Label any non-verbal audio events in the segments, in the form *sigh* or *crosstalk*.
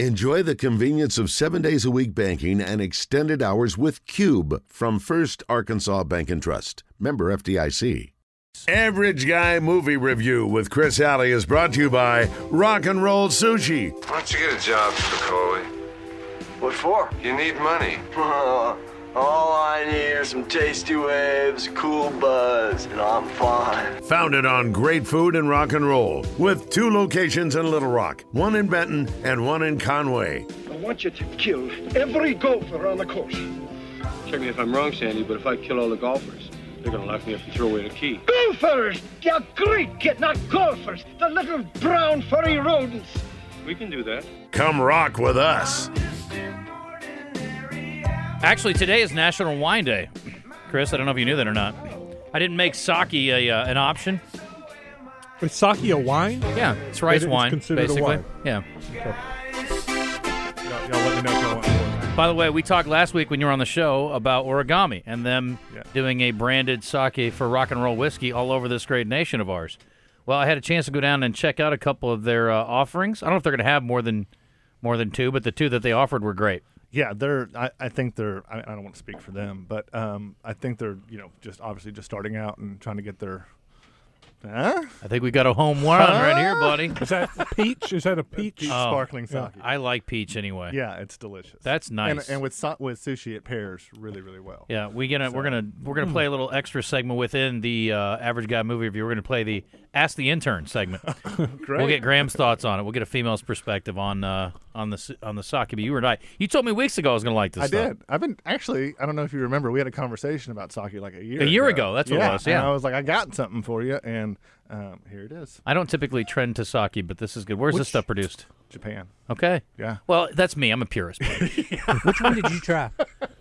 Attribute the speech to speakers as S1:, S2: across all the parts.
S1: Enjoy the convenience of seven days a week banking and extended hours with Cube from First Arkansas Bank and Trust. Member FDIC. Average Guy Movie Review with Chris Alley is brought to you by Rock and Roll Sushi.
S2: Why don't you get a job, Spicoli?
S3: What for? *laughs*
S2: You need money.
S3: All I need are some tasty waves, a cool buzz, and I'm fine.
S1: Founded on great food and rock and roll, with two locations in Little Rock, one in Benton and one in Conway.
S4: I want you to kill every golfer on the course.
S5: Check me if I'm wrong, Sandy, but if I kill all the golfers, they're gonna lock me up and throw away the key.
S4: Golfers! They're Greek, kid, not golfers! The little brown furry rodents!
S5: We can do that.
S1: Come rock with us.
S6: Actually, today is National Wine Day. Chris, I don't know if you knew that or not. I didn't make sake a, uh, an option.
S7: Is sake a wine?
S6: Yeah, it's rice
S7: It is
S6: wine,
S7: considered a
S6: basically.
S7: wine.
S6: Yeah.
S7: Y'all, y'all let me know if y'all want more.
S6: By the way, we talked last week when you were on the show about origami and them
S7: Yeah.
S6: doing a branded sake for rock and roll whiskey all over this great nation of ours. Well, I had a chance to go down and check out a couple of their uh, offerings. I don't know if they're going to have more than more than two, but the two that they offered were great.
S7: Yeah, they're. I, I think they're. I, I don't want to speak for them, but um, I think they're. You know, just obviously just starting out and trying to get their. Huh?
S6: I think we got a home run right here, buddy.
S8: Is that peach? Is that a peach?
S6: Oh.
S7: Sparkling *laughs* sake.
S6: I like peach anyway.
S7: Yeah, it's delicious.
S6: That's nice.
S7: And, and with sa- with sushi, it pairs really really well.
S6: Yeah, we gonna we're gonna we're gonna
S7: hmm.
S6: play a little extra segment within the uh, average guy movie review. We're gonna play the ask the intern
S7: *laughs*
S6: segment. We'll get Graham's thoughts on it. We'll get a female's perspective on uh, on the s- on the sake. But you were right. You told me weeks ago I was gonna like this.
S7: I
S6: stuff.
S7: did. I've been actually. I don't know if you remember. We had a conversation about sake like a year.
S6: A year ago, that's what it was, yeah.
S7: And I was like, I got something for you, and um, here it is.
S6: I don't typically trend to sake, but this is good. Where's this
S7: Which-
S6: stuff produced?
S7: Japan.
S6: Okay.
S7: Yeah.
S6: Well, that's me. I'm a
S7: *laughs*
S6: purist.
S8: Which one did you try?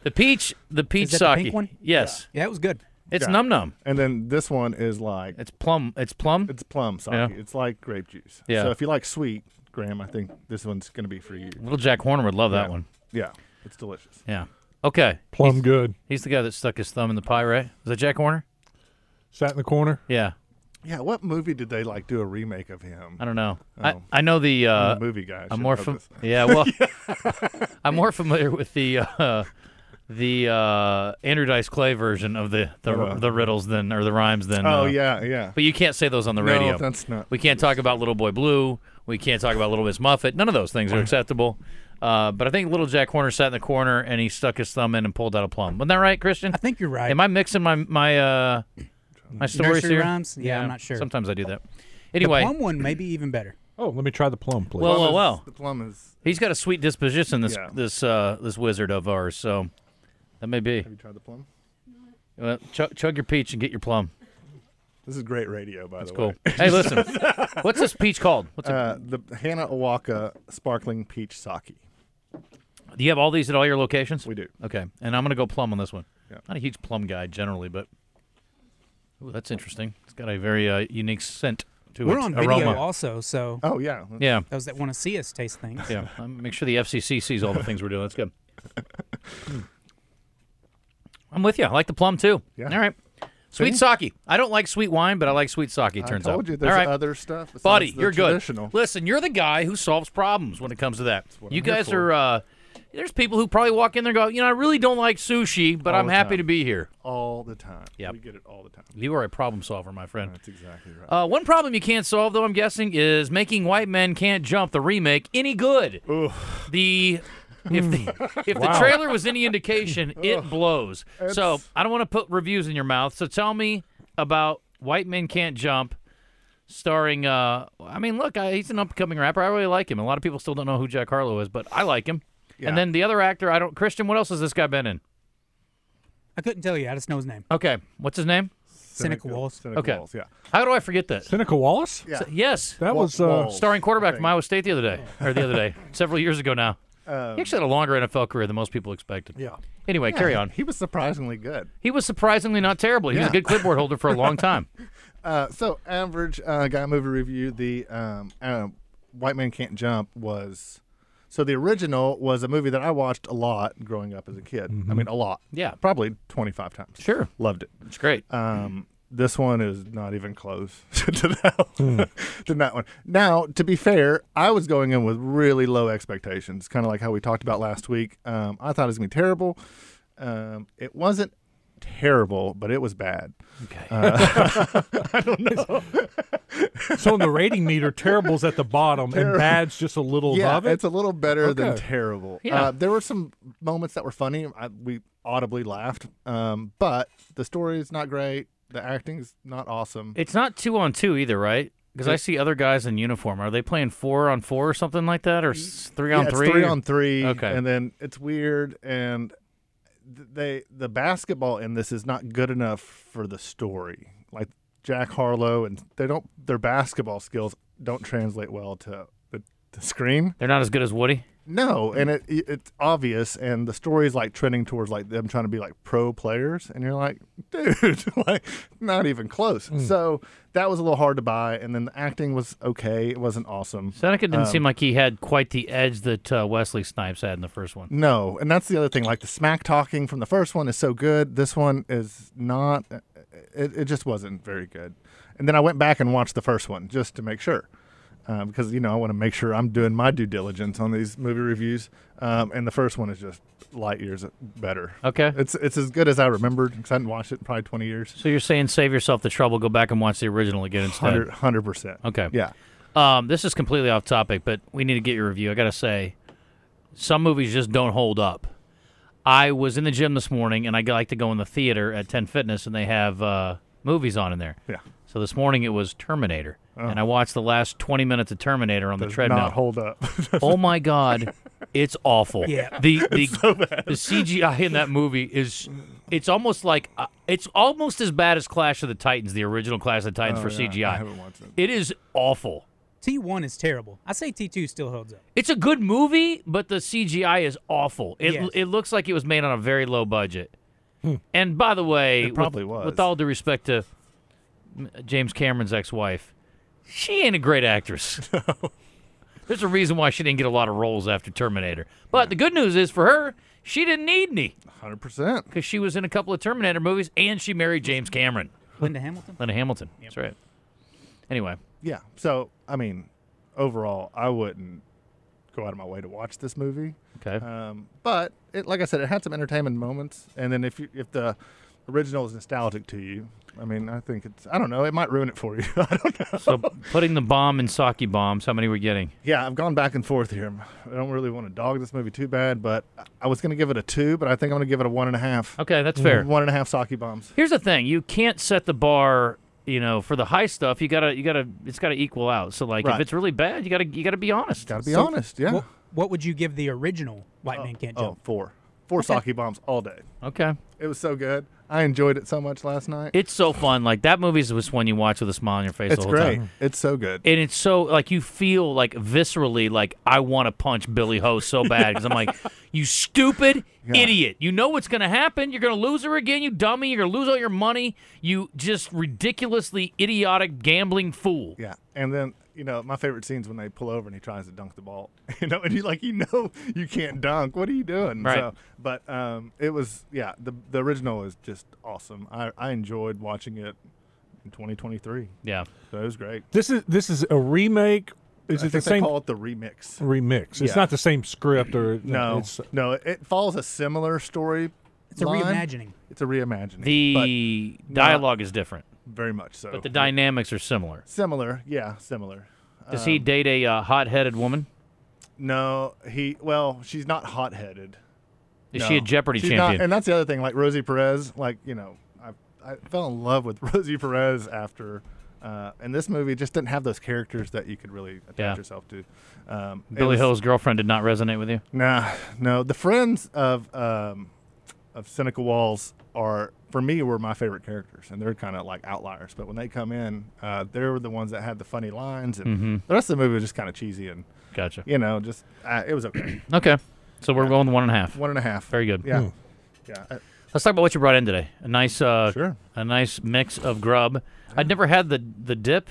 S6: the peach, the peach
S8: that the
S6: sake.
S8: pink one?
S6: Yes,
S8: Yeah, it was good.
S6: it's
S7: Yeah.
S6: num num.
S7: And then this one is like
S6: It's plum. It's plum.
S7: It's plum sake.
S6: Yeah.
S7: It's like grape juice.
S6: Yeah.
S7: So if you like sweet, Graham, I think this one's going to be for you.
S6: little Jack Horner would love that
S7: Yeah.
S6: one.
S7: Yeah. It's delicious.
S6: Yeah. Okay.
S8: Plum good.
S6: He's the guy that stuck his thumb in the pie, right? Is that Jack Horner?
S8: Sat in the corner.
S6: Yeah.
S7: Yeah. What movie did they like do a remake of him?
S6: I don't know. I,
S7: Oh.
S6: I know the, uh,
S7: a movie guy. I
S6: I'm
S7: should
S6: more
S7: know
S6: fam-
S7: this.
S6: *laughs* Yeah, well, I'm more familiar with the uh, the uh, Andrew Dice Clay version of the the,
S7: Oh, uh,
S6: the riddles than or the rhymes than.
S7: Oh
S6: uh,
S7: yeah, yeah.
S6: But you can't say those on the
S7: No,
S6: radio.
S7: that's not-
S6: We can't talk about Little Boy Blue. We can't talk about Little Miss Muffet. None of those things are acceptable. Uh, but I think Little Jack Horner sat in the corner and he stuck his thumb in and pulled out a plum. Wasn't that right, Christian?
S8: I think you're right.
S6: Am I mixing my my uh, my stories
S8: Nursery
S6: here?
S8: rhymes? Yeah, I'm not sure.
S6: Sometimes I do that.
S8: the
S6: Anyway,
S8: plum one may be even better.
S9: Oh, let me try the plum, please.
S6: well,
S7: Plum
S6: well,
S7: is-
S6: well.
S7: The plum is.
S6: He's got a sweet disposition, this
S7: Yeah.
S6: this uh, this wizard of ours. So that may be.
S7: Have you tried the plum?
S6: Well, chug, chug your peach and get your plum.
S7: This is great radio, by
S6: That's
S7: the
S6: cool.
S7: way.
S6: hey, listen, what's this peach called? What's it,
S7: Uh, the Hannah Awaka sparkling peach sake.
S6: do you have all these at all your locations?
S7: We do.
S6: Okay, and I'm gonna go plum on this one.
S7: Yeah.
S6: Not a huge plum guy generally, but ooh, that's interesting. It's got a very uh, unique scent to
S8: We're
S6: it.
S8: on video
S6: aroma.
S8: also, so
S7: Oh yeah.
S6: yeah,
S8: those that want to see us taste things.
S6: yeah. Um, make sure the FCC sees all the things we're doing.
S7: *laughs*
S6: That's good. I'm with you. I like the plum too.
S7: Yeah.
S6: All right. Sweet sake. I don't like sweet wine, but I like sweet sake. It
S7: I
S6: turns
S7: told
S6: out.
S7: you there's
S6: all right.
S7: other stuff. besides
S6: buddy,
S7: the
S6: you're good.
S7: traditional.
S6: Listen, you're the guy who solves problems when it comes to that. You
S7: I'm here
S6: guys
S7: for.
S6: are. Uh, there's people who probably walk in there and go, you know, I really don't like sushi, but
S7: All
S6: I'm
S7: the
S6: happy
S7: time.
S6: to be here.
S7: All the time.
S6: Yep.
S7: We get it all the time.
S6: You are a problem solver, my friend.
S7: That's exactly right.
S6: Uh, one problem you can't solve, though, I'm guessing, is making White Men Can't Jump the remake any good. The if
S7: *laughs*
S6: the if the trailer was any indication, it blows. So
S7: It's-
S6: I don't want to put reviews in your mouth. So tell me about White Men Can't Jump, starring. Uh, I mean, look, I, he's an upcoming rapper. I really like him. A lot of people still don't know who Jack Harlow is, but I like him.
S7: Yeah.
S6: And then the other actor, I don't. Christian, what else has this guy been in?
S8: I couldn't tell you. I just know his name.
S6: Okay, what's his name?
S8: Seneca Walls.
S7: Seneca
S6: Okay.
S7: Walls, yeah.
S6: How do I forget that?
S9: Seneca Wallace?
S7: Yeah.
S6: Yes.
S9: That was uh,
S7: Walls.
S6: starring quarterback from Iowa State the other day, or the other
S7: *laughs*
S6: day, several years ago now. he actually had a longer NFL career than most people expected.
S7: Um, Yeah.
S6: Anyway, carry on.
S7: *laughs* He was surprisingly good.
S6: He was surprisingly not terrible. He was a good clipboard holder for a long
S7: *laughs*
S6: time.
S7: Uh, so, average uh, guy movie review. The um, uh, White Man Can't Jump was. So the original was a movie that I watched a lot growing up as a kid. I mean, a lot.
S6: Mm-hmm. Yeah.
S7: Probably 25 times.
S6: Sure.
S7: Loved it.
S6: It's great.
S7: Um, This one is not even close *laughs* to that,
S6: Hmm.
S7: to that one. Now, to be fair, I was going in with really low expectations, kind of like how we talked about last week. Um, I thought it was going to be terrible. Um, it wasn't terrible, but it was bad.
S9: So in the rating
S7: *laughs*
S9: meter, terrible's at the bottom and bad's just a little
S7: yeah,
S9: above it.
S7: it's a little better than
S9: Okay.
S7: terrible. Uh, there were some moments that were funny. I, we audibly laughed, um, but the story is not great. The acting's not awesome.
S6: It's not two on two either, right? Because I see other guys in uniform. Are they playing four on four or something like that, or s- three
S7: Yeah,
S6: on
S7: it's
S6: three?
S7: three
S6: or-
S7: on three.
S6: Okay.
S7: and then it's weird, and th- they the basketball in this is not good enough for the story. Like Jack Harlow, and they don't their basketball skills don't translate well to the, the screen.
S6: They're not as good as Woody.
S7: No, and it, it it's obvious, and the story's like trending towards like them trying to be like pro players, and you're like, *laughs* dude, like not even close. So that was a little hard to buy, and then the acting was okay. It wasn't awesome.
S6: Seneca didn't seem like he had quite the edge that uh, Wesley Snipes had in the first one.
S7: No, and that's the other thing. Like the smack talking from the first one is so good. This one is not. uh, It, it just wasn't very good. And then I went back and watched the first one just to make sure, um, because you know I want to make sure I'm doing my due diligence on these movie reviews. Um, and the first one is just light years better.
S6: Okay.
S7: It's it's as good as I remembered because I hadn't watched it in probably 20 years.
S6: So you're saying save yourself the trouble, go back and watch the original again instead.
S7: 100 percent.
S6: Okay.
S7: Yeah.
S6: Um, this is completely off topic, but we need to get your review. I gotta say, some movies just don't hold up. I was in the gym this morning, and I like to go in the theater at Ten Fitness, and they have uh, movies on in there.
S7: Yeah.
S6: So this morning it was Terminator, and I watched the last 20 minutes of Terminator on the treadmill.
S7: Oh. Not hold up. *laughs*
S6: oh my god, it's awful.
S8: Yeah.
S7: *laughs*
S6: The the, the CGI in that movie is it's almost like uh, it's almost as bad as Clash of the Titans, the original Clash of the Titans for CGI.
S7: Oh, I haven't watched it.
S6: It is awful.
S8: T1 is terrible. I say T2 still holds up.
S6: It's a good movie, but the CGI is awful. It
S8: Yes.
S6: it looks like it was made on a very low budget. And by the way,
S7: Hmm. It probably
S6: with,
S7: was.
S6: with all due respect to mm, James Cameron's ex-wife, she ain't a great
S7: *laughs*
S6: actress. There's a reason why she didn't get a lot of roles after Terminator. But the good news is for her, she didn't need any
S7: 100 percent.
S6: because she was in a couple of Terminator movies and she married James Cameron,
S8: Linda Hamilton?
S6: Linda Hamilton. That's right. Anyway,
S7: yeah so i mean overall i wouldn't go out of my way to watch this movie
S6: okay.
S7: um, but it, like i said it had some entertainment moments and then if you if the original is nostalgic to you i mean i think it's i don't know it might ruin it for *laughs* you i don't know *laughs*
S6: so putting the bomb in sake bombs, how many were getting?
S7: yeah i've gone back and forth here i don't really want to dog this movie too bad but I- i was going to give it a two but i think i'm going to give it a one and a half
S6: Okay, that's fair.
S7: one and a half sake bombs
S6: Here's the thing: you can't set the bar. You know, for the high stuff, you gotta, you gotta, it's gotta equal out. So, like, if
S7: Right.
S6: it's really bad, you gotta, you gotta be honest.
S7: gotta be
S8: So-
S7: honest yeah
S8: What, what would you give the original White Man Can't
S7: oh
S8: Jump?
S7: four four sake bombs all day
S6: Okay,
S7: it was so good i enjoyed it so much last night
S6: it's so fun. Like that movie's this one you watch with a smile on your face.
S7: it's
S6: the whole
S7: great
S6: Time.
S7: it's so good
S6: And it's so like you feel like viscerally like I want to punch Billy Ho so bad because I'm like, *laughs* you stupid idiot! You know what's gonna happen? You're gonna lose her again, you dummy! You're gonna lose all your money, you just ridiculously idiotic gambling fool.
S7: Yeah, and then you know my favorite scenes when they pull over and he tries to dunk the ball. *laughs* You know, and you like you know you can't dunk. What are you doing?
S6: Right.
S7: So, but um, it was yeah. The the original is just awesome. I I enjoyed watching it in 2023.
S6: Yeah.
S7: So it was great.
S9: This is this is a remake. Is
S7: I
S9: it the
S7: think they
S9: same
S7: call it the remix.
S9: remix? It's
S7: Yeah.
S9: not the same script or
S7: No,
S9: It's,
S7: no, it, it follows a similar story.
S8: It's a
S7: line.
S8: reimagining.
S7: It's a reimagining.
S6: The dialogue is different,
S7: but very much so.
S6: but the dynamics are similar.
S7: similar, yeah, similar.
S6: Does he
S7: Um,
S6: date a uh, hot-headed woman?
S7: No, he. Well, she's not hot headed.
S6: Is she a
S7: No.
S6: Jeopardy
S7: She's not-
S6: champion?
S7: and that's the other thing. Like Rosie Perez, like you know, I I fell in love with *laughs* Rosie Perez after, uh, and this movie just didn't have those characters that you could really attach
S6: Yeah.
S7: yourself to. Um, it
S6: Billy
S7: was-
S6: Hill's girlfriend did not resonate with you.
S7: Nah, no. The friends of um, of Seneca Walls are for me were my favorite characters, and they're kind of like outliers. But when they come in, uh, they're the ones that had the funny lines, and
S6: Mm-hmm.
S7: the rest of the movie was just kind of cheesy and
S6: Gotcha.
S7: you know, just uh, it was okay. *clears throat*
S6: Okay, so we're going one and a half.
S7: One and a half.
S6: Very good.
S7: Yeah. Yeah. I-
S6: Let's talk about what you brought in today. A nice, uh,
S7: Sure.
S6: a nice mix of grub. I'd never had the the dip.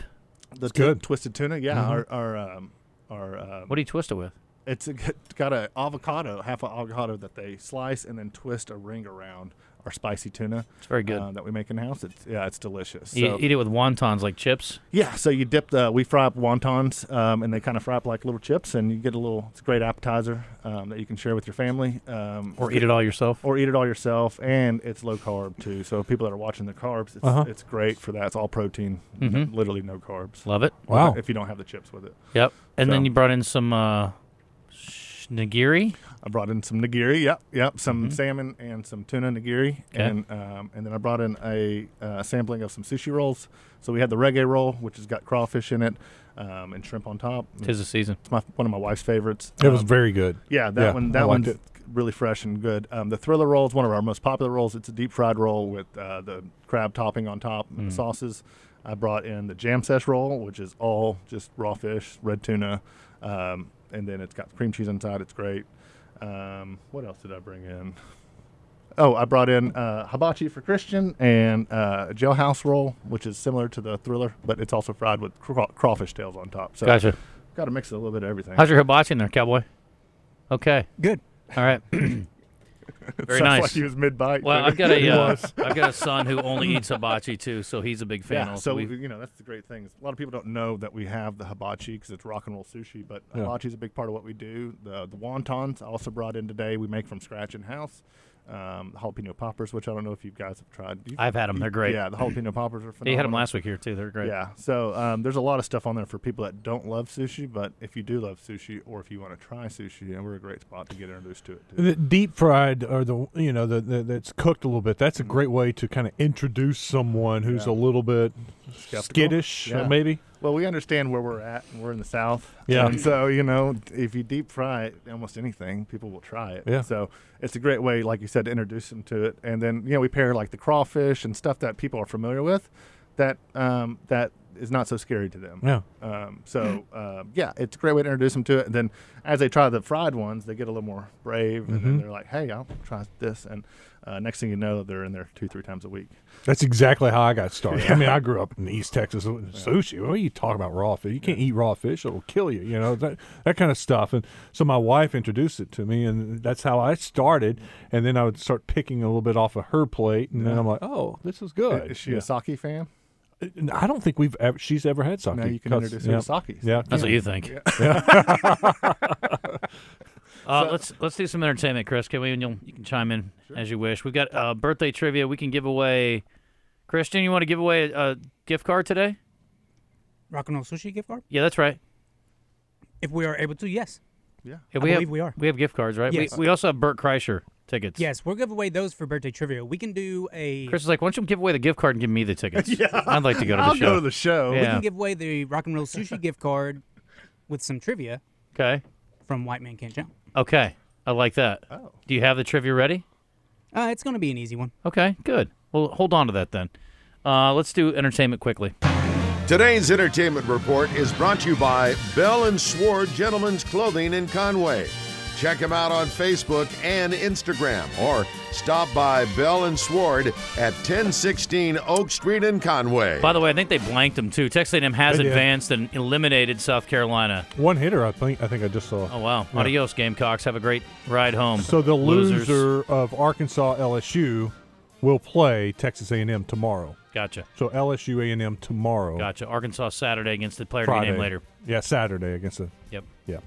S7: the
S9: It's good. Mm-hmm.
S7: tw- twisted tuna. Yeah, our our um, our um,
S6: What do you twist it with?
S7: it's a, got a avocado, half an avocado that they slice and then twist a ring around our spicy tuna. It's
S6: very good.
S7: that we make in house. It's yeah, it's delicious.
S6: You
S7: So-
S6: eat it with wontons like chips.
S7: yeah, so you dip the we fry up wontons, um, and they kind of fry up like little chips, and you get a little. It's a great appetizer um, that you can share with your family, um,
S6: Or eat it all yourself.
S7: or eat it all yourself. And it's low carb too, so people that are watching the carbs, it's,
S9: Uh-huh.
S7: it's great for that. It's all protein,
S6: Mhm.
S7: literally no carbs.
S6: Love it.
S9: Wow.
S7: If you don't have the chips with it,
S6: Yep. And then
S7: So-
S6: you brought in some uh, sh- nigiri.
S7: I brought in some nigiri. Yep, yep, some salmon and some tuna nigiri,
S6: Okay.
S7: and um, and then I brought in a uh, sampling of some sushi rolls. So we had the reggae roll, which has got crawfish in it, um, and shrimp on top.
S6: Tis the season.
S7: It's my, one of my wife's favorites.
S9: It was
S7: Um,
S9: very good.
S7: Yeah, that
S9: Yeah,
S7: one.
S9: I
S7: That
S9: liked
S7: one's
S9: it.
S7: really fresh and good. Um, the thriller roll is one of our most popular rolls. It's a deep fried roll with uh, the crab topping on top and
S9: Mm.
S7: the sauces. I brought in the jam sesh roll, which is all just raw fish, red tuna, um, and then it's got cream cheese inside. It's great. Um, what else did I bring in? Oh, I brought in uh, hibachi for Christian and uh, a jailhouse roll, which is similar to the thriller, but it's also fried with craw- crawfish tails on top. So
S6: Gotcha.
S7: Got to mix a little bit of everything.
S6: How's your hibachi in there, cowboy? Okay.
S8: Good.
S6: All
S8: *clears throat*
S6: right. Very
S7: *laughs* Sounds
S6: nice.
S7: like he was mid
S6: *laughs*
S7: bite.
S6: Well, I've got
S7: *laughs*
S6: a uh, I've got a son who only eats hibachi too, so he's a big fan.
S7: Yeah,
S6: also.
S7: so
S6: We've-
S7: you know that's the great thing. is A lot of people don't know that we have the hibachi because it's rock and roll sushi, but
S9: Yeah.
S7: hibachi is a big part of what we do. The the wontons I also brought in today. We make from scratch in house. Um, jalapeno poppers, which I don't know if you guys have tried. You-
S6: I've had 'em. They're great.
S7: Yeah, the jalapeno poppers
S6: *clears throat*
S7: are phenomenal.
S6: he had them last week here too. They're great.
S7: Yeah, so um, there's a lot of stuff on there for people that don't love sushi, but if you do love sushi or if you want to try sushi, and we're a great spot to get introduced to it. Too.
S9: The deep fried or the you know the, the that's cooked a little bit. That's a great way to kind of introduce someone who's
S7: Yeah.
S9: a little bit
S7: Skeptical?
S9: skittish, uh,
S7: Yeah.
S9: maybe.
S7: Well, we understand where we're at, and we're in the South.
S9: Yeah.
S7: And so, you know, if you deep fry it, almost anything, people will try it.
S9: Yeah.
S7: So it's a great way, like you said, to introduce them to it. And then, you know, we pair like the crawfish and stuff that people are familiar with that um, that is not so scary to them.
S9: Yeah.
S7: Um, so, uh, yeah, it's a great way to introduce them to it. And then as they try the fried ones, they get a little more brave. And
S9: Mm-hmm.
S7: then they're like, hey, I'll try this. And uh, next thing you know, they're in there two, three times a week.
S9: That's exactly how I got started. I mean, I grew up in East Texas. with Sushi. What are you talking about raw fish? You can't eat raw fish; it'll kill you. You know that that kind of stuff. And so my wife introduced it to me, and that's how I started. And then I would start picking a little bit off of her plate, and then I'm like, "Oh, this is good."
S7: Is she
S9: Yeah.
S7: a sake fan?
S9: And I don't think we've ever, she's ever had sake.
S7: Now you can
S9: 'cause-
S7: introduce
S9: yeah.
S7: her to sake.
S9: Yeah,
S6: That's what you think. *laughs*
S7: *laughs*
S6: uh, let's let's do some entertainment, Chris. Can we? And you'll, you can chime in as you wish. We've got uh, birthday trivia. We can give away. Christian, you want to give away a, a gift card today?
S8: Rock and roll sushi gift card?
S6: Yeah, that's right.
S8: If we are able to, yes.
S6: Yeah,
S8: I
S6: we have,
S8: believe we are.
S6: We have gift cards, right?
S8: Yes.
S6: We, we also have Burt Kreischer tickets.
S8: Yes, we'll give away those for birthday trivia. We can do a
S6: Chris is like, why don't you give away the gift card and give me the tickets? yeah. I'd like to go to the
S7: I'll
S6: show.
S7: go to the show.
S8: we
S6: yeah.
S8: can give away the rock and roll sushi gift card with some trivia
S6: okay.
S8: from White Man Can't Jump.
S6: Okay. I like that. Oh. Do you have the trivia ready?
S8: Uh, it's going to be an easy one.
S6: Okay. Good. Well, hold on to that then. Uh, let's do entertainment quickly.
S1: Today's entertainment report is brought to you by Bell and Sword Gentlemen's Clothing in Conway. Check them out on Facebook and Instagram or stop by Bell and Sword at 1016 Oak Street in Conway.
S6: By the way, I think they blanked them too. Texas A&M has
S9: They did.
S6: advanced and eliminated South Carolina.
S9: one hitter. I think I think I just saw.
S6: Oh wow! Adios, Gamecocks. Have a great ride home.
S9: So the
S6: Losers.
S9: loser of Arkansas LSU will play Texas A&M tomorrow.
S6: Gotcha.
S9: So LSU A&M tomorrow.
S6: Gotcha. Arkansas Saturday against the player to be
S9: Friday
S6: named later.
S9: Yeah, Saturday against the
S6: Yep.
S9: yeah.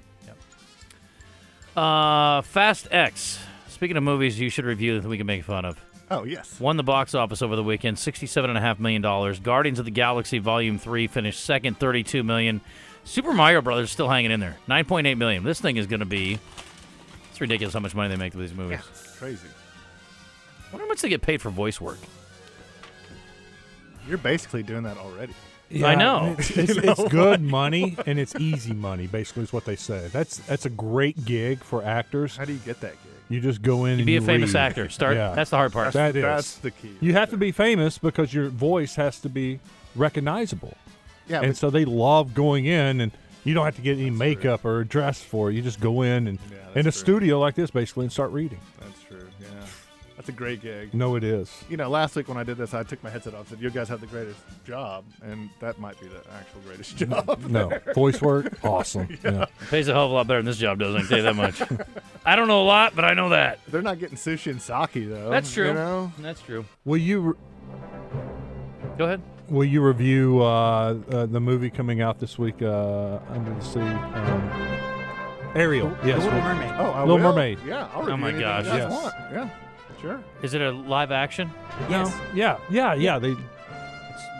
S6: Uh, Fast X. Speaking of movies, you should review that we can make fun of.
S7: Oh, yes.
S6: Won the box office over the weekend, sixty-seven and a half million dollars. Guardians of the Galaxy Volume Three finished second, thirty-two million. Super Mario Brothers still hanging in there, nine point eight million. This thing is going to be. It's ridiculous how much money they make with these movies.
S7: Crazy.
S6: wonder how much they get paid for voice work.
S7: You're basically doing that already.
S6: I know.
S9: It's, it's- it's good money and it's easy money. Basically, is what they say. That's that's a great gig for actors.
S7: How do you get that gig?
S9: You just go in and
S6: Be
S9: you
S6: a famous
S9: read.
S6: actor. Start.
S9: Yeah.
S6: That's the hard part.
S9: That is.
S7: That's the key.
S9: You have to be famous because your voice has to be recognizable.
S7: Yeah,
S9: and
S7: but
S9: so they love going in and you don't have to get any makeup or a dress for it. You just go in and
S7: Yeah, that's
S9: in a
S7: true.
S9: studio like this basically and start reading.
S7: that's true. Yeah, that's a great gig.
S9: No, it is.
S7: You know, last week when I did this, I took my headset off. and Said, "You guys have the greatest job," and that might be the actual greatest job. *laughs*
S9: No, voice work, awesome. Yeah. *laughs*
S6: Pays a hell of a lot better than this job does. I can tell you that much. I don't know a lot, but I know that.
S7: They're not getting sushi and sake
S9: Oh,
S7: though.
S6: That's true.
S7: You know?
S6: That's true.
S9: Will you re-
S6: Go ahead.
S9: Will you review uh, uh, the movie coming out this week, uh, Under the Sea? Um, Ariel. Yes.
S8: Little
S9: we'll-
S8: Mermaid.
S7: Oh, I
S9: Little
S7: will.
S9: Mermaid.
S7: Yeah. I'll
S6: Oh
S7: review
S6: my
S7: anything
S6: gosh,
S7: you guys
S9: yes.
S7: want. Yeah. Sure.
S6: Is it a live action?
S8: Yes.
S9: Yeah. Yeah. Yeah. They.
S6: It's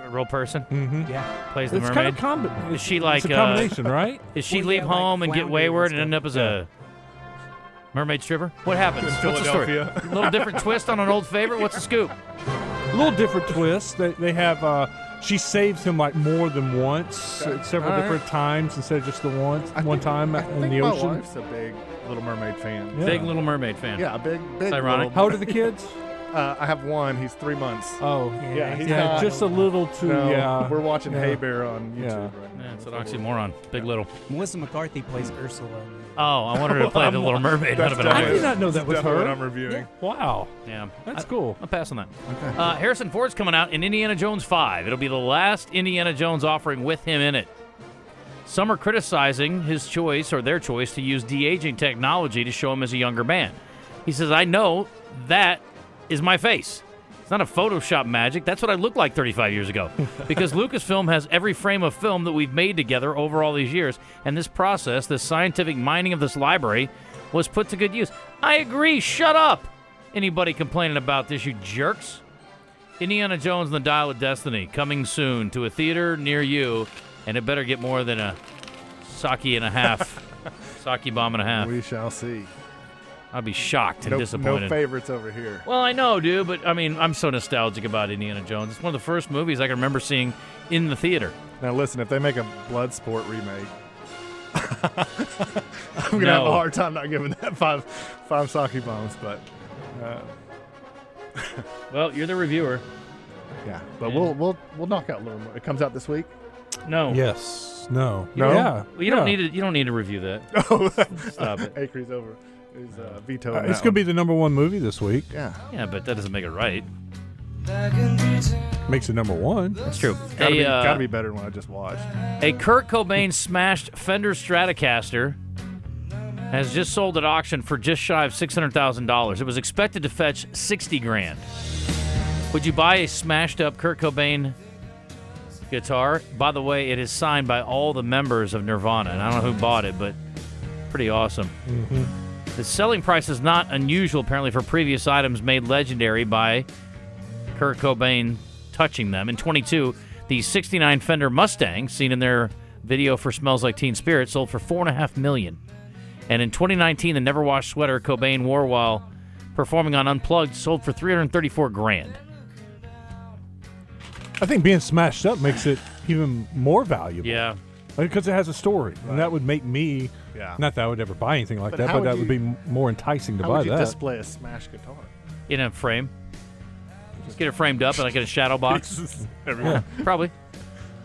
S6: a real person
S7: Mm-hmm.
S9: mhm.
S8: Yeah.
S6: plays the
S9: It's kind
S6: mermaid.
S9: of combi-
S6: Is she
S9: it's
S6: like
S9: a
S6: uh,
S9: combination, right?
S6: Is she
S8: Well,
S6: leave
S8: yeah, like
S6: home and get
S8: flounders
S6: wayward and end
S8: and
S6: up as a mermaid stripper? What happens? What's the story? A
S7: Philadelphia.
S6: *laughs* little different twist on an old favorite. What's the scoop?
S9: A little different twist. They, they have. Uh, she saves him like more than once,
S7: Okay.
S9: uh, several
S7: All right.
S9: different times instead of just the once
S7: I
S9: one
S7: think-
S9: time
S7: I
S9: in
S7: think
S9: the
S7: my
S9: ocean.
S7: wife's a big Little Mermaid fan.
S9: Yeah.
S6: *laughs* Big Little Mermaid fan.
S7: Yeah, a big, big.
S6: ironic.
S9: How
S7: Little,
S9: old are the
S8: *laughs*
S9: kids?
S7: uh, I have one. He's three months.
S9: Oh,
S7: Yeah, he's not-
S9: just a little too.
S7: Uh, No,
S9: yeah,
S7: We're watching
S9: Yeah.
S7: Hay Bear on YouTube
S9: Yeah.
S7: right now.
S6: Yeah, it's an oxymoron. Big Little.
S8: Melissa McCarthy plays Ursula.
S6: Oh, I wanted to *laughs* play the Little Mermaid. That'd have been
S9: I
S7: definitely-
S9: did
S6: amazing.
S9: not know that was
S7: Definitely
S9: her.
S7: what I'm reviewing.
S9: Wow,
S6: Yeah,
S9: that's
S6: I-
S9: cool.
S6: I'll pass on that. Uh, Harrison Ford's coming out in Indiana Jones 5. It'll be the last Indiana Jones offering with him in it. Some are criticizing his choice or their choice to use de aging technology to show him as a younger man. He says, I know that is my face. It's not a Photoshop magic. That's what I looked like 35 years
S7: *laughs*
S6: ago. because Lucasfilm has every frame of film that we've made together over all these years. And this process, this scientific mining of this library, was put to good use. I agree. Shut up. Anybody complaining about this, you jerks? Indiana Jones and the Dial of Destiny coming soon to a theater near you, and it better get more than a sake and a
S7: *laughs*
S6: half, sake bomb and a half.
S7: We shall see.
S6: I'd be shocked and
S7: No, no
S6: disappointed.
S7: favorites over here.
S6: well, I know, dude, but I mean, I'm so nostalgic about Indiana Jones. It's one of the first movies I can remember seeing in the
S7: *laughs*
S6: theater.
S7: Now listen, if they make a Bloodsport remake, I'm gonna have
S6: No.
S7: a hard time not giving that five five sake bombs. But
S6: Well, you're the reviewer.
S7: yeah, but
S6: Yeah.
S7: we'll we'll we'll knock out a little more. It comes out
S9: *laughs*
S7: this week.
S6: No.
S9: Yes. No.
S7: No?
S9: Yeah.
S6: Well, you don't
S9: yeah.
S6: need to. You don't need to review that. uh,
S7: Oh,
S9: *laughs*
S6: Stop it.
S7: Acre's over. Is uh, veto.
S9: Uh, it's gonna be the number one movie this week.
S7: yeah.
S6: Yeah, but that doesn't make it right.
S9: Makes it number one.
S6: That's true.
S7: Gotta,
S6: Hey,
S7: be,
S6: uh,
S7: gotta be better than what I just watched.
S6: A Kurt Cobain smashed Fender Stratocaster has just sold at auction for just shy of six hundred thousand dollars. It was expected to fetch sixty grand. Would you buy a smashed up Kurt Cobain guitar? By the way, it is signed by all the members of Nirvana, and I don't know who bought it, but pretty awesome. The selling price is not unusual, apparently, for previous items made legendary by Kurt Cobain touching them. In 22, the 69 Fender Mustang, seen in their video for Smells Like Teen Spirit, sold for $4.5 million. And in 2019, the Never Wash sweater Cobain wore while performing on Unplugged sold for 334 grand.
S9: I think being smashed up makes it even more valuable.
S6: Yeah.
S9: Because it has a story, and that would make me.
S7: Yeah.
S9: Not that I would ever buy anything like
S7: But
S9: that,
S7: how
S9: but
S7: would
S9: that would be
S7: you-
S9: m- more enticing to
S7: How
S9: buy
S7: would you
S9: that.
S7: display a smash guitar? *laughs*
S6: In a frame. Just get it framed up and like in a shadow
S7: *laughs*
S6: box.
S7: Everyone.
S6: Probably.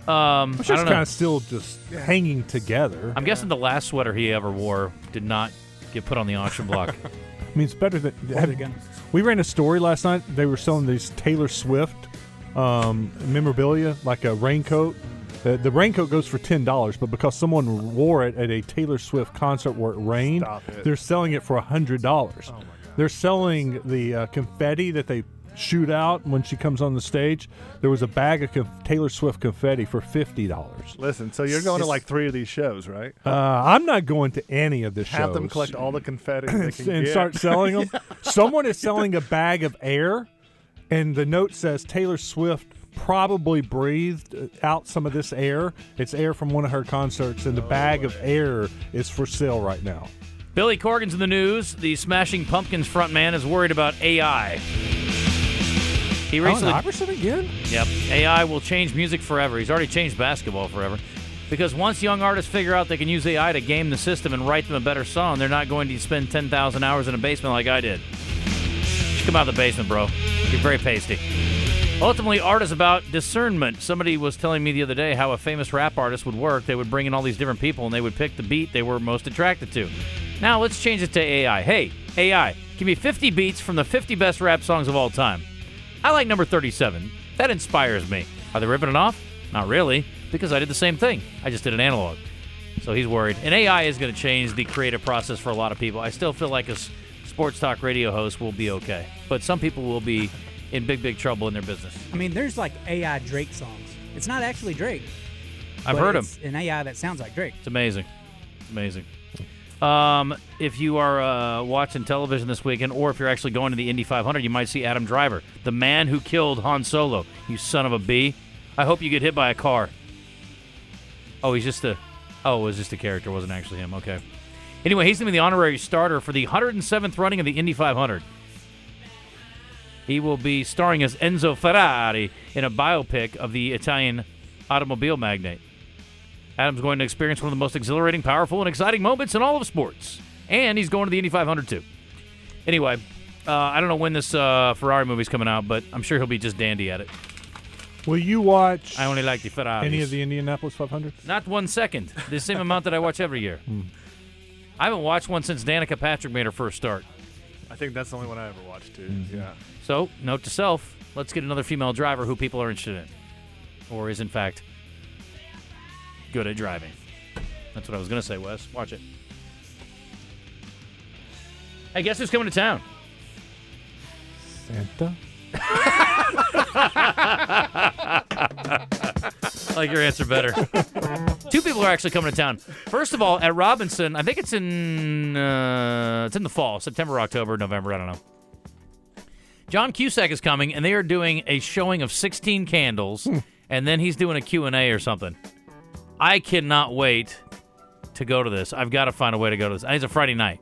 S6: Um,
S9: It's
S6: I
S9: just
S6: don't know.
S9: kind of still just hanging together.
S6: I'm guessing the last sweater he ever wore did not get put on the auction block.
S9: I mean, it's better than. have- we ran a story last night. They were selling these Taylor Swift um, memorabilia, like a raincoat. Uh, The, the raincoat goes for ten dollars, but because someone wore it at a Taylor Swift concert where it rained,
S7: Stop it. Oh
S9: they're selling it for hundred dollars. they're selling the uh, confetti that they shoot out when she comes on the stage. There was a bag of conf- Taylor Swift confetti for fifty dollars.
S7: Listen, so you're going to like three of these shows, right?
S9: Uh, I'm not going to any of the shows.
S7: Have them collect all the
S9: *clears throat*
S7: confetti they can
S9: and
S7: get.
S9: start selling them. Someone is selling a bag of air, and the note says Taylor Swift probably breathed uh, out some of this air. It's air from one of her concerts, and the bag of air is for sale right now.
S6: Billy Corgan's in the news. The Smashing Pumpkins frontman is worried about AI. He
S9: Alan
S6: recently,
S9: Iverson again?
S6: yep, AI will change music forever. He's already changed basketball forever. Because once young artists figure out they can use AI to game the system and write them a better song, they're not going to spend 10,000 hours in a basement like I did. Just come out of the basement, bro. You're very pasty. Ultimately, art is about discernment. Somebody was telling me the other day how a famous rap artist would work. They would bring in all these different people and they would pick the beat they were most attracted to. Now let's change it to AI. Hey, AI, give me 50 beats from the 50 best rap songs of all time. I like number 37. That inspires me. Are they ripping it off? Not really, because I did the same thing. I just did an analog. So he's worried. And AI is going to change the creative process for a lot of people. I still feel like a s- sports talk radio host will be okay, but some people will be in big, big trouble in their business.
S8: I mean, there's like AI Drake songs. It's not actually Drake.
S6: I've
S8: but
S6: heard him.
S8: it's An AI that sounds like Drake.
S6: It's amazing. It's amazing. Um, if you are uh, watching television this weekend, or if you're actually going to the Indy 500, you might see Adam Driver, the man who killed Han Solo. You son of a b! I hope you get hit by a car. Oh, he's just a. Oh, it was just a character. It wasn't actually him. Okay. Anyway, he's going to be the honorary starter for the 107th running of the Indy 500. He will be starring as Enzo Ferrari in a biopic of the Italian automobile magnate. Adam's going to experience one of the most exhilarating, powerful, and exciting moments in all of sports. And he's going to the Indy 500 too. Anyway, uh, I don't know when this uh, Ferrari movie's coming out, but I'm sure he'll be just dandy at it.
S9: Will you watch
S6: I only like the Ferraris.
S9: any of the Indianapolis 500?
S6: Not one second. The same amount that I watch every year.
S9: Hmm.
S6: I haven't watched one since Danica Patrick made her first start.
S7: I think that's the only one I ever watched too. Yeah.
S6: So, note to self: let's get another female driver who people are interested in, or is in fact good at driving. That's what I was gonna say, Wes. Watch it. Hey, guess who's coming to town? *laughs*
S9: Santa.
S6: I like your answer better. Two people are actually coming to town. First of all, at Robinson, I think it's in uh, it's in the fall, September, October, November. I don't know. John Cusack is coming, and they are doing a showing of 16 candles,
S9: Hmm.
S6: and then he's doing a Q&A or something. I cannot wait to go to this. I've got to find a way to go to this. And It's a Friday night.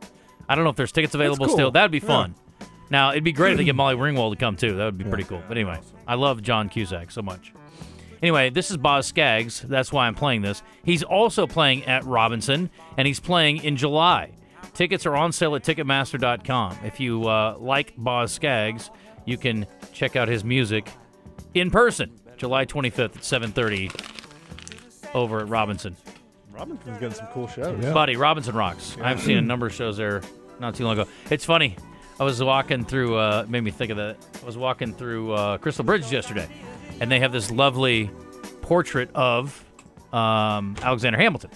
S6: I don't know if there's tickets available
S9: cool.
S6: still. That'd be
S9: Yeah.
S6: fun. Now, it'd be great
S9: *clears throat*
S6: if they get Molly Ringwald to come, too. That would be pretty cool. But anyway, I love John Cusack so much. Anyway, this is Boz Skaggs. That's why I'm playing this. He's also playing at Robinson, and he's playing in July. Tickets are on sale at Ticketmaster.com. If you uh, like Boz Skaggs, you can check out his music in person, July 25th at 7:30 over at Robinson.
S7: Robinson's getting some cool shows.
S9: Yeah.
S6: Buddy, Robinson Rocks. I've seen a number of shows there not too long ago. It's funny. I was walking through, uh, it made me think of that. I was walking through uh, Crystal Bridge yesterday, and they have this lovely portrait of um, Alexander Hamilton.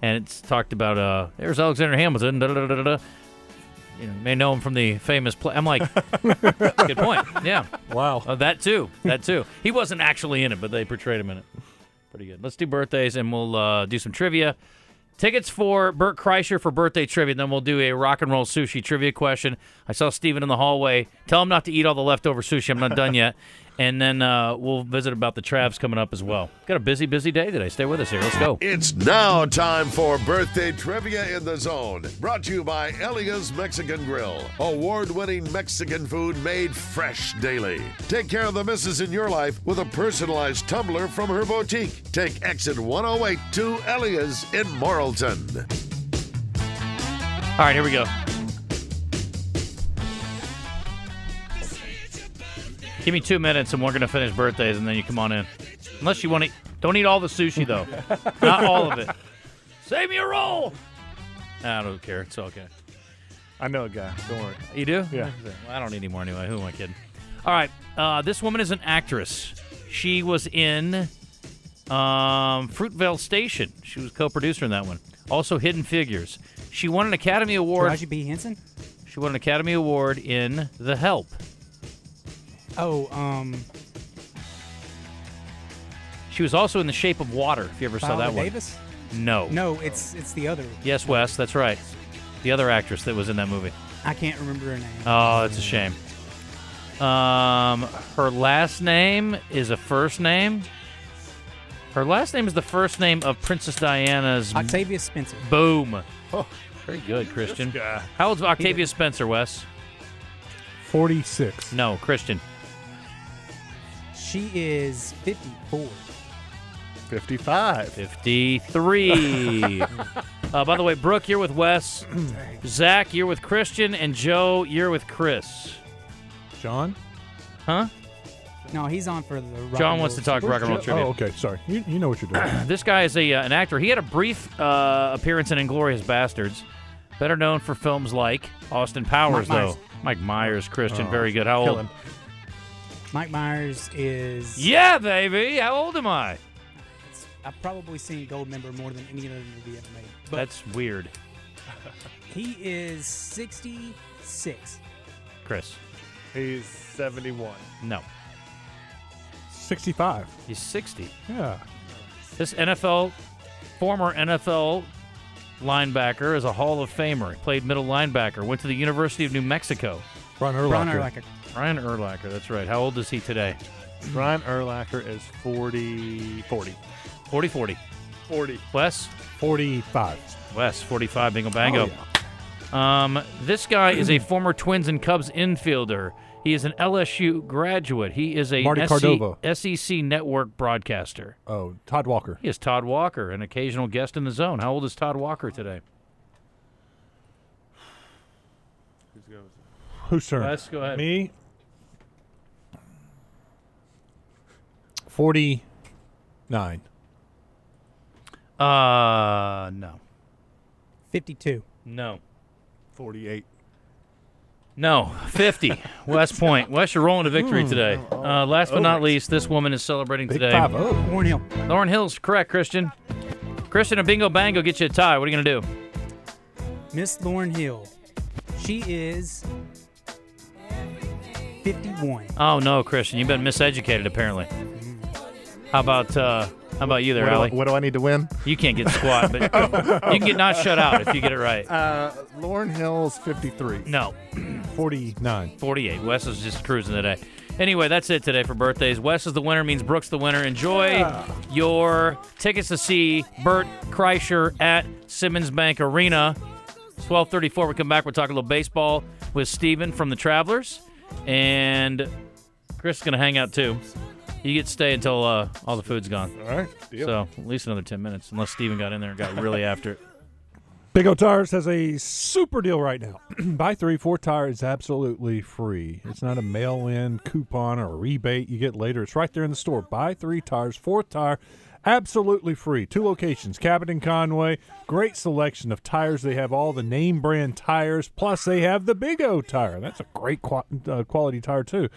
S6: And it's talked about, uh, there's Alexander Hamilton, da da da da da. You, know, you may know him from the famous play. I'm like, good point. Yeah.
S9: Wow.
S6: Oh, that too. That too. he wasn't actually in it, but they portrayed him in it. Pretty good. Let's do birthdays and we'll uh, do some trivia. Tickets for Burt Kreischer for birthday trivia. Then we'll do a rock and roll sushi trivia question. I saw Steven in the hallway. Tell him not to eat all the leftover sushi. I'm not done yet. And then uh, we'll visit about the Travs coming up as well. Got a busy, busy day today. Stay with us here. Let's go.
S1: It's now time for Birthday Trivia in the Zone, brought to you by Elia's Mexican Grill, award winning Mexican food made fresh daily. Take care of the misses in your life with a personalized tumbler from her boutique. Take exit 108 to Elia's in Morrilton.
S6: All right, here we go. Give me two minutes and we're going to finish birthdays and then you come on in. Unless you want to. Don't eat all the sushi, though. *laughs* Not all of it. Save me a roll. Nah, I don't care. It's okay.
S7: I know a guy. Don't worry.
S6: You do?
S7: Yeah.
S6: Well, I don't need any more anyway. Who am I kidding? All right. Uh, this woman is an actress. She was in um, Fruitvale Station. She was co-producer in that one. Also, Hidden Figures. She won an Academy Award.
S8: Taraji B. Henson?
S6: She won an Academy Award in The Help.
S8: Oh, um,
S6: She was also in The Shape of Water, if you ever saw
S8: Viola
S6: that
S8: Davis?
S6: one. No.
S8: No, it's it's the other.
S6: Yes, Wes, that's right. The other actress that was in that movie.
S8: I can't remember her name.
S6: Oh, that's a shame. Um, her last name is a first name. Her last name is the first name of Princess Diana's
S8: Octavia Spencer.
S6: boom.
S8: Oh.
S6: Very good, Christian. How old's Octavia Spencer, Wes?
S9: 46.
S6: No, Christian.
S8: She is 54.
S7: 55.
S6: 53. uh, by the way, Brooke, you're with Wes. Zach, you're with Christian. And Joe, you're with Chris.
S9: John?
S6: Huh?
S8: No, he's on for the rock
S6: John
S8: and
S6: wants to
S8: roll.
S6: talk rock and roll trivia.
S9: Oh, okay. Sorry. You, you know what you're doing.
S6: *clears throat* This guy is a uh, an actor. He had a brief uh, appearance in Inglorious Bastards, better known for films like Austin Powers,
S8: Mike
S6: though.
S8: Myers.
S6: Mike Myers, Christian, very good. How old?
S9: Oh, him.
S8: Mike Myers is
S6: Yeah, baby. How old am I?
S8: I've probably seen Goldmember more than any other movie ever made. But
S6: That's weird,
S8: he is 66.
S6: Chris.
S10: He's 71.
S6: No,
S7: 65.
S6: he's 60.
S7: Yeah.
S6: This NFL, former NFL linebacker, is a Hall of Famer. He played middle linebacker. Went to the University of New Mexico.
S7: Ron
S8: Ron
S7: Erlacher.
S8: Erlacher.
S6: Ryan Erlacher. That's right. How old is he today?
S10: Brian Erlacher is 40. 40.
S6: 40, 40.
S10: 40.
S6: Wes.
S7: 45.
S6: Wes, 45. Bingo, bango.
S7: Oh, yeah.
S6: Um, this guy is a former Twins and Cubs infielder. He is an LSU graduate. He is a E
S7: Marty
S6: SC
S7: Cordova.
S6: SEC network broadcaster.
S7: Oh, Todd Walker.
S6: He is Todd Walker, an occasional guest in the zone. How old is Todd Walker today?
S7: Who's turn?
S6: Let's go ahead.
S7: Me. 49.
S6: Uh, no.
S8: 52.
S6: No.
S10: 48.
S6: No, 50. West Point. West, you're rolling to victory today. Uh, last but not least, this woman is celebrating
S7: Big
S6: today.
S7: 5 0.
S8: Oh, Warren Hill.
S6: Lauren Hill's correct, Christian. Christian, a bingo bango get you a tie. What are you going to do?
S8: Miss Lauren Hill. She is 51.
S6: Oh, no, Christian. You've been miseducated, apparently. How about uh, how about you there,
S10: What do, I,
S6: Allie?
S10: what do I need to win?
S6: You can't get squat, but you can get not shut out if you get it right.
S10: Uh, Lauren Hill's 53.
S6: No,
S7: 49.
S6: 48. Wes is just cruising today. Anyway, that's it today for birthdays. Wes is the winner, means Brooks the winner. Enjoy your tickets to see Bert Kreischer at Simmons Bank Arena. 1234, we come back. We'll talk a little baseball with Steven from the Travelers. And Chris is going to hang out too. You get to stay until uh, all the food's gone.
S7: All right. Deal.
S6: So at least another 10 minutes, unless Steven got in there and got really *laughs* after it.
S7: Big O Tires has a super deal right now. *clears throat* Buy three, four tires is absolutely free. It's not a mail in coupon or rebate you get later. It's right there in the store. Buy three tires, fourth tire, absolutely free. Two locations, Cabot and Conway. Great selection of tires. They have all the name brand tires, plus they have the Big O tire. That's a great qua- uh, quality tire, too.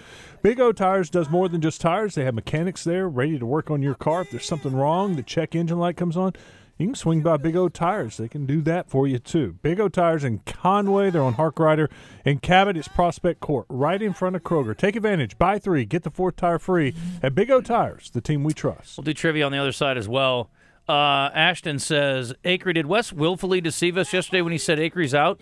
S7: Big O Tires does more than just tires. They have mechanics there ready to work on your car. If there's something wrong, the check engine light comes on. You can swing by Big O Tires. They can do that for you too. Big O Tires in Conway. They're on Hark Rider. In Cabot, it's Prospect Court, right in front of Kroger. Take advantage. Buy three. Get the fourth tire free at Big O Tires, the team we trust.
S6: We'll do trivia on the other side as well. Uh, Ashton says, Acree, did Wes willfully deceive us yesterday when he said Acree's out?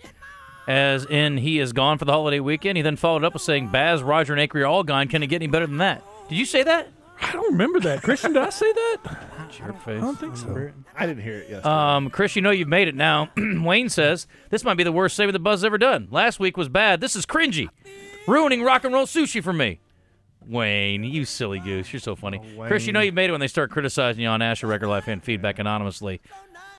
S6: As in, he is gone for the holiday weekend. He then followed up with saying, Baz, Roger, and Acree are all gone. Can it get any better than that? Did you say that?
S7: I don't remember that. Christian, did I say that? I
S6: Jerkface.
S7: don't think so.
S10: I didn't hear it yesterday.
S6: Um, Chris, you know you've made it now. *clears throat* Wayne says, This might be the worst Save the Buzz ever done. Last week was bad. This is cringy. Ruining rock and roll sushi for me. Wayne, you silly goose. You're so funny. Chris, you know you've made it when they start criticizing you on Asher Record Life and Feedback anonymously.